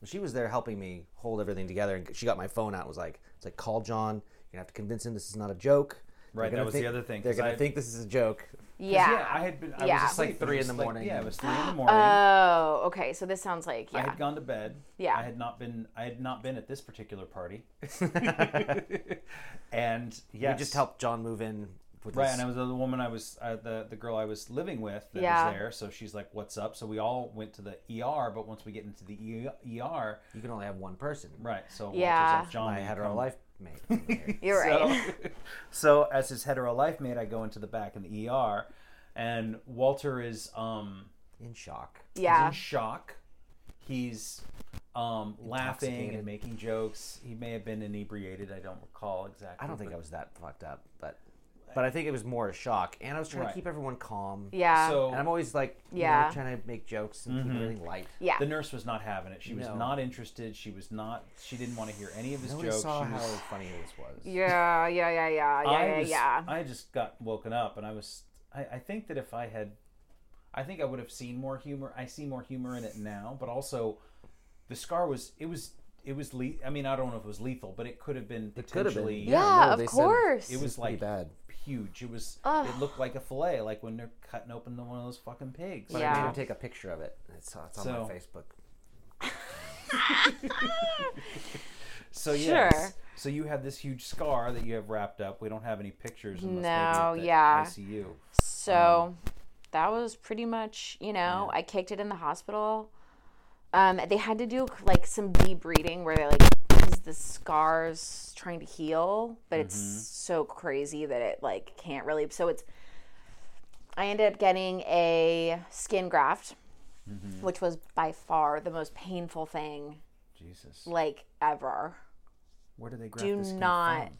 Well, she was there helping me hold everything together, and she got my phone out. and Was like, it's like call John. You're gonna have to convince him this is not a joke. They're Right, that gonna was think- the other thing, They're 'cause gonna I- think this is a joke. Yeah. I had been. I Yeah. was It's like asleep, three it in was the like- morning. yeah, it was three in the morning. Oh, okay. So this sounds like I yeah. had gone to bed. Yeah. I had not been. I had not been at this particular party. and yes, We just helped John move in. With Right, his- and I was the woman I was uh, the the girl I was living with that Yeah. was there. So she's like, "What's up?" So we all went to the ER. But once we get into the E- ER, you can only have one person. right? So Walter's Yeah. like, John, I will you had our come?" life mate. over here. You're right. So, so as his hetero life mate, I go into the back in the ER, and Walter is um in shock. yeah. in shock. He's um laughing Intoxicated. and making jokes. He may have been inebriated. I don't recall exactly. I don't think I but- was that fucked up, but but I think it was more a shock. And I was trying Right. to keep everyone calm. Yeah. So And I'm always like, you know, Yeah. trying to make jokes and Mm-hmm. keep everything light. yeah. the nurse was not having it. She was No. not interested. She was not. She didn't want to hear any of his Nobody jokes. saw she how was, funny this was. yeah, yeah, yeah, yeah, yeah, I yeah, was, yeah. I just got woken up, and I was. I, I think that if I had, I think I would have seen more humor. I see more humor in it now, but also, the scar was. It was. It was. Le- I mean, I don't know if it was lethal, but it could have been could have been, potentially. yeah. Yeah, no, of they said course. It was like pretty bad. huge. It was. Ugh. It looked like a fillet, like when they're cutting open the, one of those fucking pigs. But I Yeah. made him take a picture of it. It's, it's on So- my Facebook. So yes. Sure. So you have this huge scar that you have wrapped up. We don't have any pictures. Unless No, Maybe yeah. I see you. So that was pretty much, you know, I kicked it in the hospital. Um, they had to do like some debreeding where they like because the scars trying to heal, but it's Mm-hmm. so crazy that it like can't really. So it's I ended up getting a skin graft, Mm-hmm. which was by far the most painful thing Jesus. like ever. Where do they grab Do this skin not, from?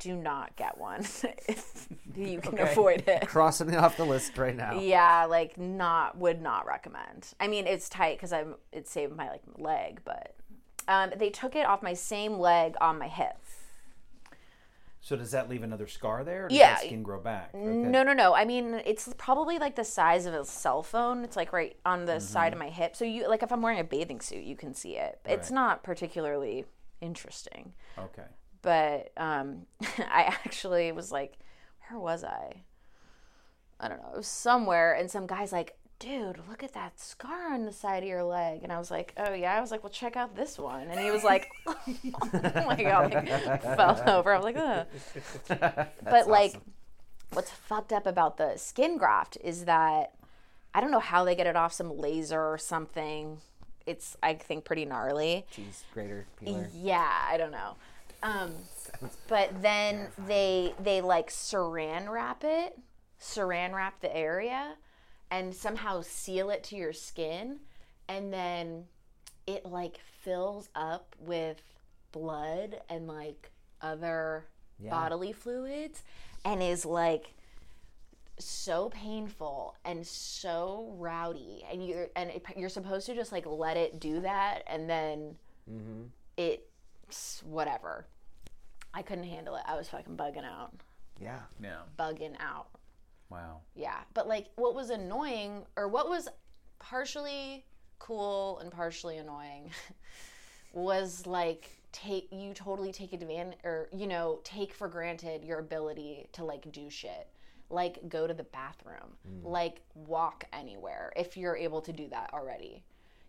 do not get one if you can avoid it. Crossing it off the list right now. Yeah, like not would not recommend. I mean, it's tight because I'm it saved my like leg, but um, they took it off my same leg on my hip. So does that leave another scar there? Or does Yeah. That skin grow back. Okay. No, no, no. I mean, it's probably like the size of a cell phone. It's like right on Mm-hmm. the side of my hip. So you like if I'm wearing a bathing suit, you can see it. It's Right. not particularly interesting. Okay. but um, I actually was like, where was I? I don't know. It was somewhere, and some guy's like, dude, look at that scar on the side of your leg. And I was like, oh, yeah. I was like, well, check out this one. And he was like, oh my God, like, fell over. I was like, ugh. But, like, what's fucked up about the skin graft is that I don't know how they get it off some laser or something. It's, I think, pretty gnarly. Cheese grater peeler. Yeah, I don't know. Um, but then they they like saran wrap it, saran wrap the area, and somehow seal it to your skin, and then it like fills up with blood and like other bodily fluids, and is like so painful and so rowdy and you're and it, you're supposed to just like let it do that and then it's whatever. I couldn't handle it. I was fucking bugging out. Yeah. Yeah. Bugging out. Wow. Yeah. But like what was annoying or what was partially cool and partially annoying was like take you totally take advantage or you know take for granted your ability to like do shit like go to the bathroom Mm. like walk anywhere if you're able to do that already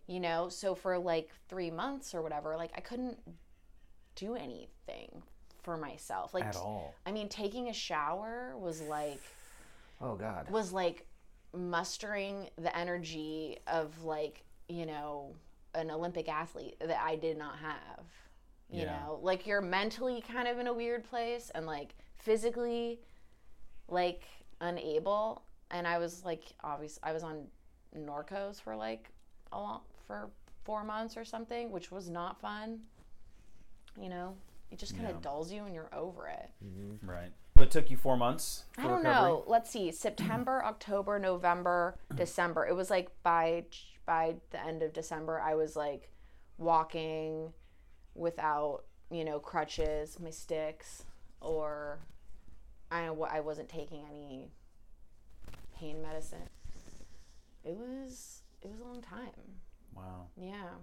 you know so for like 3 months or whatever like I couldn't do anything for myself like At all. I mean taking a shower was like Oh God. was like mustering the energy of like you know an olympic athlete that i did not have you Yeah. know like you're mentally kind of in a weird place and like physically like unable and i was like obvious i was on norcos for like a long for four months or something which was not fun you know it just kind of dulls you and you're over it Right. But it took you four months for I don't recovery. know. Let's see. September, October, November, December. It was like by by the end of December, I was like walking without you know crutches, my sticks, or I I wasn't taking any pain medicine. It was it was a long time. Wow. Yeah.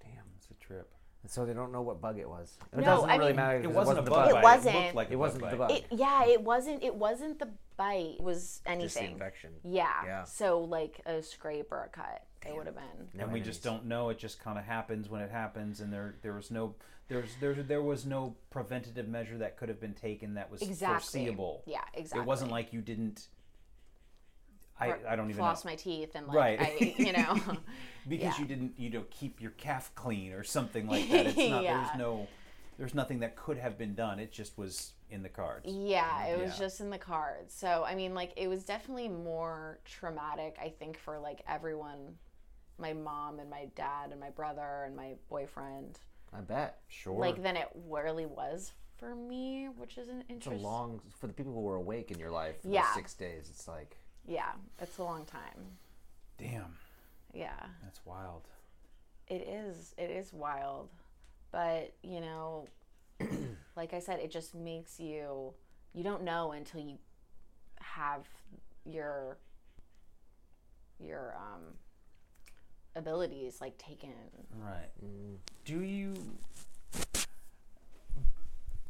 Damn. It's a trip. So they don't know what bug it was. It No, doesn't I really mean- matter. It 'cause wasn't, a the bug. It bite. It, wasn't. looked like a It wasn't bug the bite. bug. It, yeah, it wasn't it wasn't the bite. It was Just the anything. infection. Yeah. Yeah. So like a scrape or a cut, they would have been. No And we just enemies. don't know. It just kind of happens when it happens, and there there was no there's there there was no preventative measure that could have been taken that was Exactly. foreseeable. Yeah, exactly. It wasn't like you didn't. I, Or I don't even floss know my teeth and like Right. I, you know, because yeah. you didn't you know keep your calf clean or something like that. It's not Yeah. there's no there's nothing that could have been done. It just was in the cards. yeah, it was Yeah. just in the cards. So I mean, like it was definitely more traumatic. I think for like everyone, my mom and my dad and my brother and my boyfriend, I bet. Sure. like than it really was for me, which is an It's a interesting. long for the people who were awake in your life. For yeah. Yeah. Six days. It's like yeah, it's a long time. Damn, Yeah. that's wild. it is it is wild but you know like i said it just makes you you don't know until you have your your um abilities like taken Right. Do you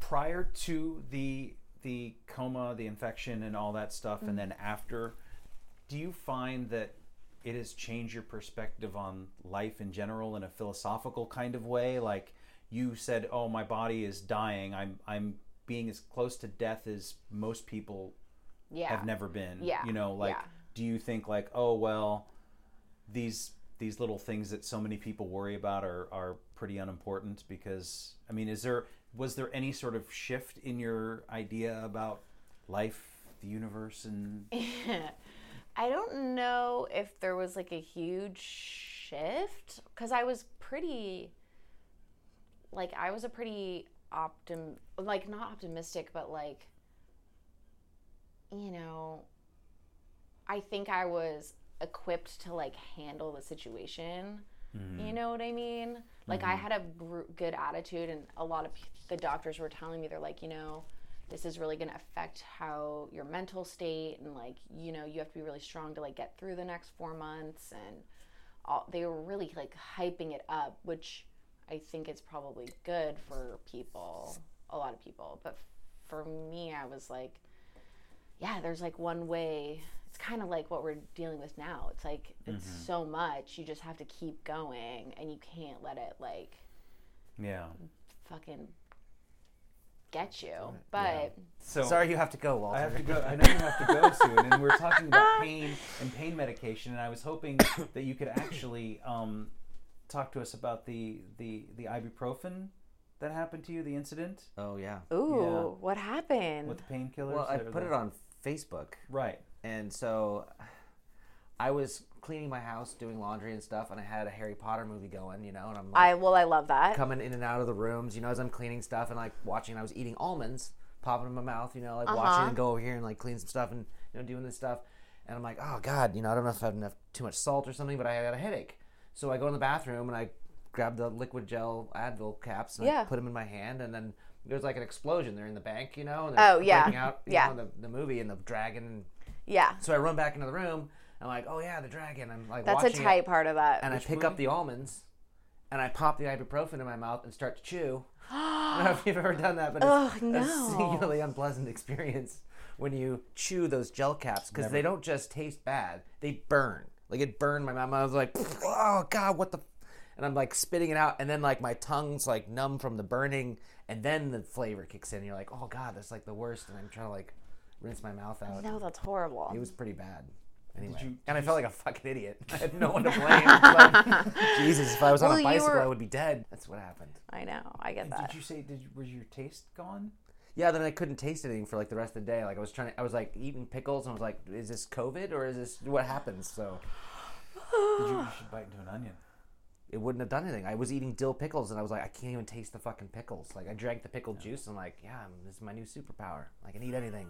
prior to the the coma, the infection and all that stuff and then after, do you find that it has changed your perspective on life in general in a philosophical kind of way like you said, "Oh, my body is dying. I'm I'm being as close to death as most people yeah have never been. Yeah. You know, like, Yeah. do you think like, oh well, these these little things that so many people worry about are are pretty unimportant because I mean, is there was there any sort of shift in your idea about life, the universe, and I don't know if there was like a huge shift because I was pretty, like, I was a pretty optim, like, not optimistic, but like, you know, I think I was equipped to like handle the situation. You know what I mean? Like, I had a gr- good attitude, and a lot of p- the doctors were telling me, they're like, you know, this is really going to affect how your mental state and like you know you have to be really strong to like get through the next four months and all they were really like hyping it up which i think is probably good for people a lot of people but for me i was like yeah there's like one way it's kind of like what we're dealing with now it's like it's Mm-hmm. so much you just have to keep going and you can't let it like yeah. fucking get you but So sorry you have to go, I Walter. have to go. I know you have to go soon, and we're talking about pain and pain medication. And I was hoping that you could actually um, talk to us about the the the ibuprofen that happened to you, the incident Oh yeah. Ooh, Yeah. what happened? with the painkillers. Well, I that are put the- it on Facebook, Right. and so I was cleaning my house, doing laundry and stuff, and I had a Harry Potter movie going, you know, and I'm like I well, I love that. coming in and out of the rooms, you know, as I'm cleaning stuff and like watching. I was eating almonds, popping in my mouth, you know, like Uh-huh. watching and go over here and like clean some stuff and you know doing this stuff. And I'm like, oh god, you know, I don't know if I have enough too much salt or something, but I had a headache, so I go in the bathroom and I grabbed the liquid gel Advil caps and Yeah. I put them in my hand, and then there was like an explosion. They're in the bank, you know. And Oh, yeah. breaking out, you Yeah. know, the, the movie and the dragon. Yeah. So I run back into the room. I'm like, oh yeah, the dragon. I'm like, That's a watching it, tight part of that. and I pick up the almonds, and I pop the ibuprofen in my mouth and start to chew. I don't know if you've ever done that, but it's Ugh, no. a singularly unpleasant experience when you chew those gel caps because they don't just taste bad; they burn. Like it burned my mouth. I was like, "Oh God, what the?" And I'm like spitting it out, and then like my tongue's like numb from the burning, and then the flavor kicks in. And you're like, "Oh God, that's like the worst," and I'm trying to like rinse my mouth out. no, that's horrible. It was pretty bad. Anyway. you- and I felt like a fucking idiot. I had no one to blame. Like, Jesus, if I was Well, on a you bicycle, were- I would be dead. That's what happened. I know. I get that. Did you say did was your taste gone? Yeah, then I couldn't taste anything for like the rest of the day. Like I was trying to, I was like eating pickles, and I was like, "Is this COVID or is this what happens?" So Did you, you should bite into an onion. it wouldn't have done anything. I was eating dill pickles, and I was like, "I can't even taste the fucking pickles." Like I drank the pickle juice, and I'm like, "Yeah, I'm- this is my new superpower. I can eat anything."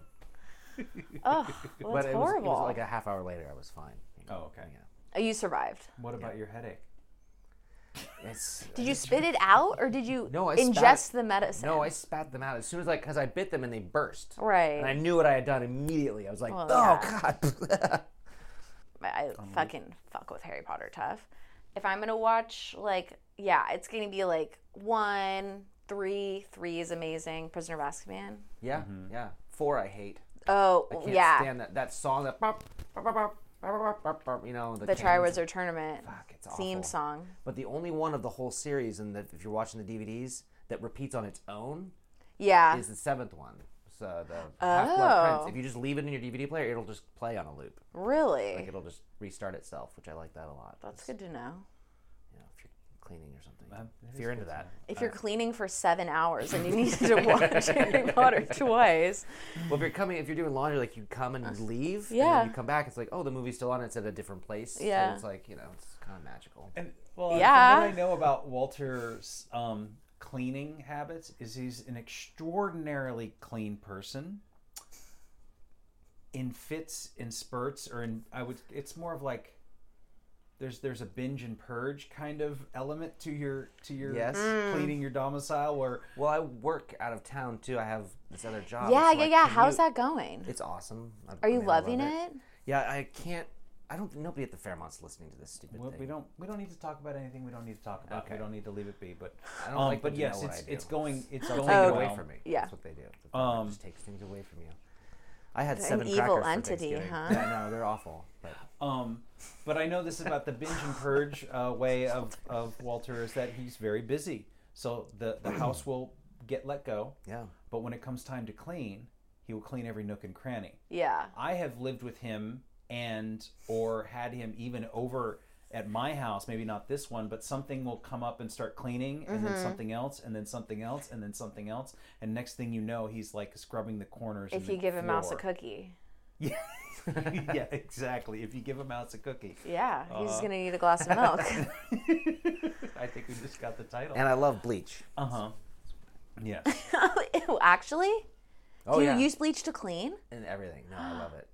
Ugh, well, that's it was, it horrible. was like a half hour later, I was fine. Oh, okay. Uh, you survived. What about your headache? It's, Did you spit it out, or did you No, I spat ingest it- the medicine? No, I spat them out as soon as like because I bit them and they burst. Right. And I knew what I had done immediately. I was like, Well, oh god. I fucking fuck with Harry Potter tough. If I'm gonna watch, like, yeah, it's gonna be like one, three, three is amazing. Prisoner of Azkaban. yeah, yeah. Four, I hate. Oh, Can't yeah, stand that that song that. Bop, bop, bop, bop, bop, bop, bop, you know the, the cans. Triwizard Tournament Fuck, it's theme awful. song. But the only one of the whole series, and that if you're watching the DVDs, that repeats on its own Yeah, Oh. is the seventh one. So the Half Blood Prince. If you just leave it in your DVD player, it'll just play on a loop. Like really. it'll just restart itself, which I like that a lot. That's good to know. You know, if you're cleaning or something, if you're into that. If you're cleaning for seven hours and you need to watch Harry Potter twice, Well, if you're coming, if you're doing laundry, like you come and leave, and yeah. then you come back. It's like, oh, the movie's still on. It's at a different place. So Yeah. it's like you know, it's kind of magical. And well, and Yeah. from what I know about Walter's um, cleaning habits is he's an extraordinarily clean person. In fits, in spurts, or in I would. It's more of like there's there's a binge and purge kind of element to your to your Yes. cleaning your domicile where Well, I work out of town too. I have this other job. yeah, Um, so yeah, I yeah. How's commute. that going? It's awesome. I- Are I you mean, I love loving it? Yeah, I can't. I don't. Nobody at the Fairmont's listening to this stupid Well, thing. we don't we don't need to talk about anything we don't need to talk about. We Okay. don't need to leave it be. But I don't um, like but them to know yes, what it's I do. it's going it's going Take it away well. from me. Oh, Yeah. that's what they do. The Fairmont Um, just takes things away from you. I had an seven evil crackers for entity, Thanksgiving. huh? Yeah, no, they're awful. But Um, but I know this about the binge and purge uh, way of, of Walter is that he's very busy. So the, the house will get let go. Yeah. But when it comes time to clean, he will clean every nook and cranny. Yeah. I have lived with him and or had him even over at my house, maybe not this one, but something will come up and start cleaning and Mm-hmm. then something else and then something else and then something else. And next thing you know, he's like scrubbing the corners. If and you the give a mouse a floor. cookie. Yeah. yeah, exactly. If you give a mouse a cookie. Yeah, he's Uh. gonna need a glass of milk. I think we just got the title. and I love bleach. Uh huh. Yeah. Ew, Actually, Oh do you yeah. use bleach to clean? and everything. No, I love it.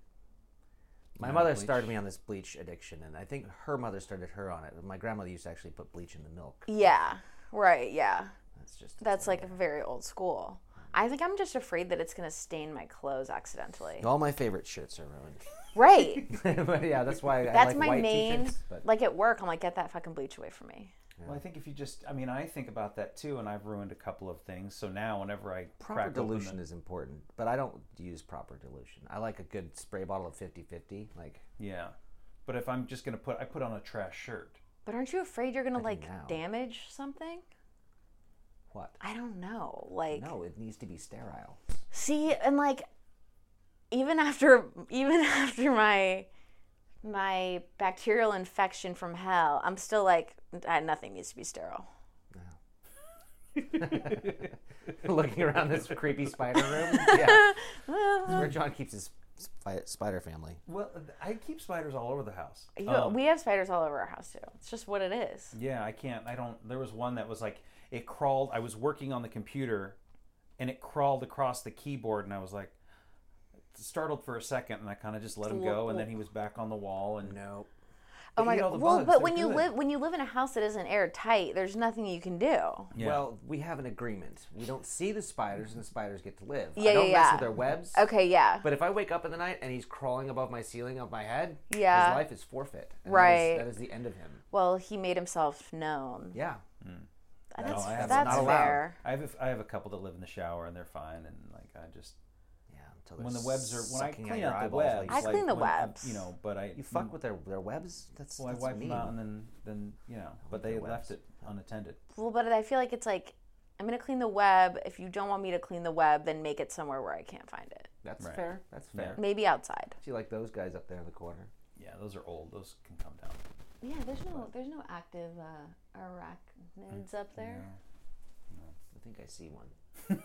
My mother started me on this bleach addiction, and I think her mother started her on it. My grandmother used to actually put bleach in the milk. Yeah, right. Yeah, That's just that's like very old school. I think I'm just afraid that it's gonna stain my clothes accidentally. all my favorite shirts are ruined. Right. but yeah, that's why I That's like my white main. t-shirts. But Like at work, I'm like, get that fucking bleach away from me. Well, I think if you just, I mean, I think about that too, and I've ruined a couple of things. So now, whenever I proper crack open dilution the- is important, but I don't use proper dilution. I like a good spray bottle of 50-50. Like yeah. But if I'm just gonna put, I put on a trash shirt. But aren't you afraid you're gonna like now. damage something? what? I don't know. Like, No, it needs to be sterile. see, and like, even after, even after my my bacterial infection from hell, I'm still like, "Ah, nothing needs to be sterile. Looking around this creepy spider room. Yeah, That's where John keeps his spi- spider family. Well, I keep spiders all over the house. Um, You, we have spiders all over our house too. It's just what it is. Yeah, I can't. I don't. There was one that was like it crawled. I was working on the computer, and it crawled across the keyboard, and I was like startled for a second, and I kind of just let him go, and then he was back on the wall, and No. Oh my eat all god. the Well, bugs. but They're when you good. live when you live in a house that isn't airtight, there's nothing you can do. Yeah. Well, we have an agreement. We don't see the spiders, and the spiders get to live. Yeah, I don't yeah, mess yeah. with their webs. Okay, yeah. But if I wake up in the night and he's crawling above my ceiling of my head, Yeah. his life is forfeit. And that is- Right. That is, the end of him. well, he made himself known. Yeah. That's No, I have- that's not allowed. fair. I have a, I have a couple that live in the shower and they're fine and like I just Yeah. Until when the they're webs are when I sucking clean your out the eyeballs while webs you I sleep. like, clean the when I- webs. you know but I You fuck with their their webs. That's well I that's wipe mean. them out and then then you know but they left it unattended Well, but I feel like it's like I'm gonna clean the web. If you don't want me to clean the web, then make it somewhere where I can't find it. That's fair. That's fair. Maybe outside. See, like those guys up there in the corner. yeah those are old those can come down Yeah, there's no there's no active uh, arachnids up there. I think I see one. do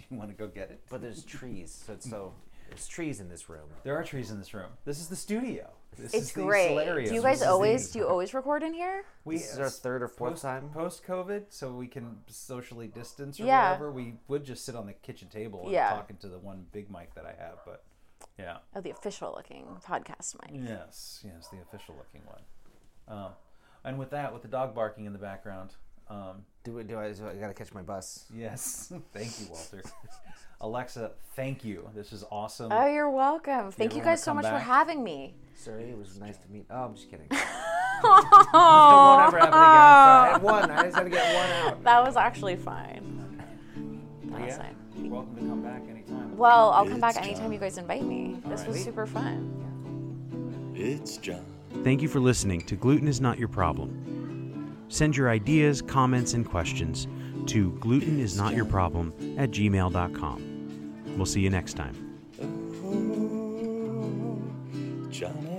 you want to go get it But there's trees, so it's so there's trees in this room. there are trees in this room this is the studio this It's is the great. solarium. Do you This guys is the- always do you always record in here? we This is our third or fourth post, time. post COVID, so we can socially distance or Yeah. whatever. We would just sit on the kitchen table and Yeah. talk into the one big mic that I have, but yeah, Oh, the official looking podcast mic. yes, yes, the official looking one. Um, and with that, with the dog barking in the background, um, Do we, do I, do I gotta catch my bus? yes, thank you, Walter. Alexa, thank you. This is awesome. Oh, you're welcome. Thank ever wanna you guys so come much for back? having me. Sorry, it was nice to meet. Oh, I'm just kidding. Oh, Whatever happened again? I had one. I just had to get one out. that was actually fine. That was yeah, fine. you're welcome to come back anytime. Well, I'll come back It's anytime John. you guys invite me. This was super fun. It's John. Thank you for listening to Gluten is Not Your Problem. Send your ideas, comments, and questions to glutenisnotyourproblem at gmail.com. We'll see you next time. Oh, Johnny.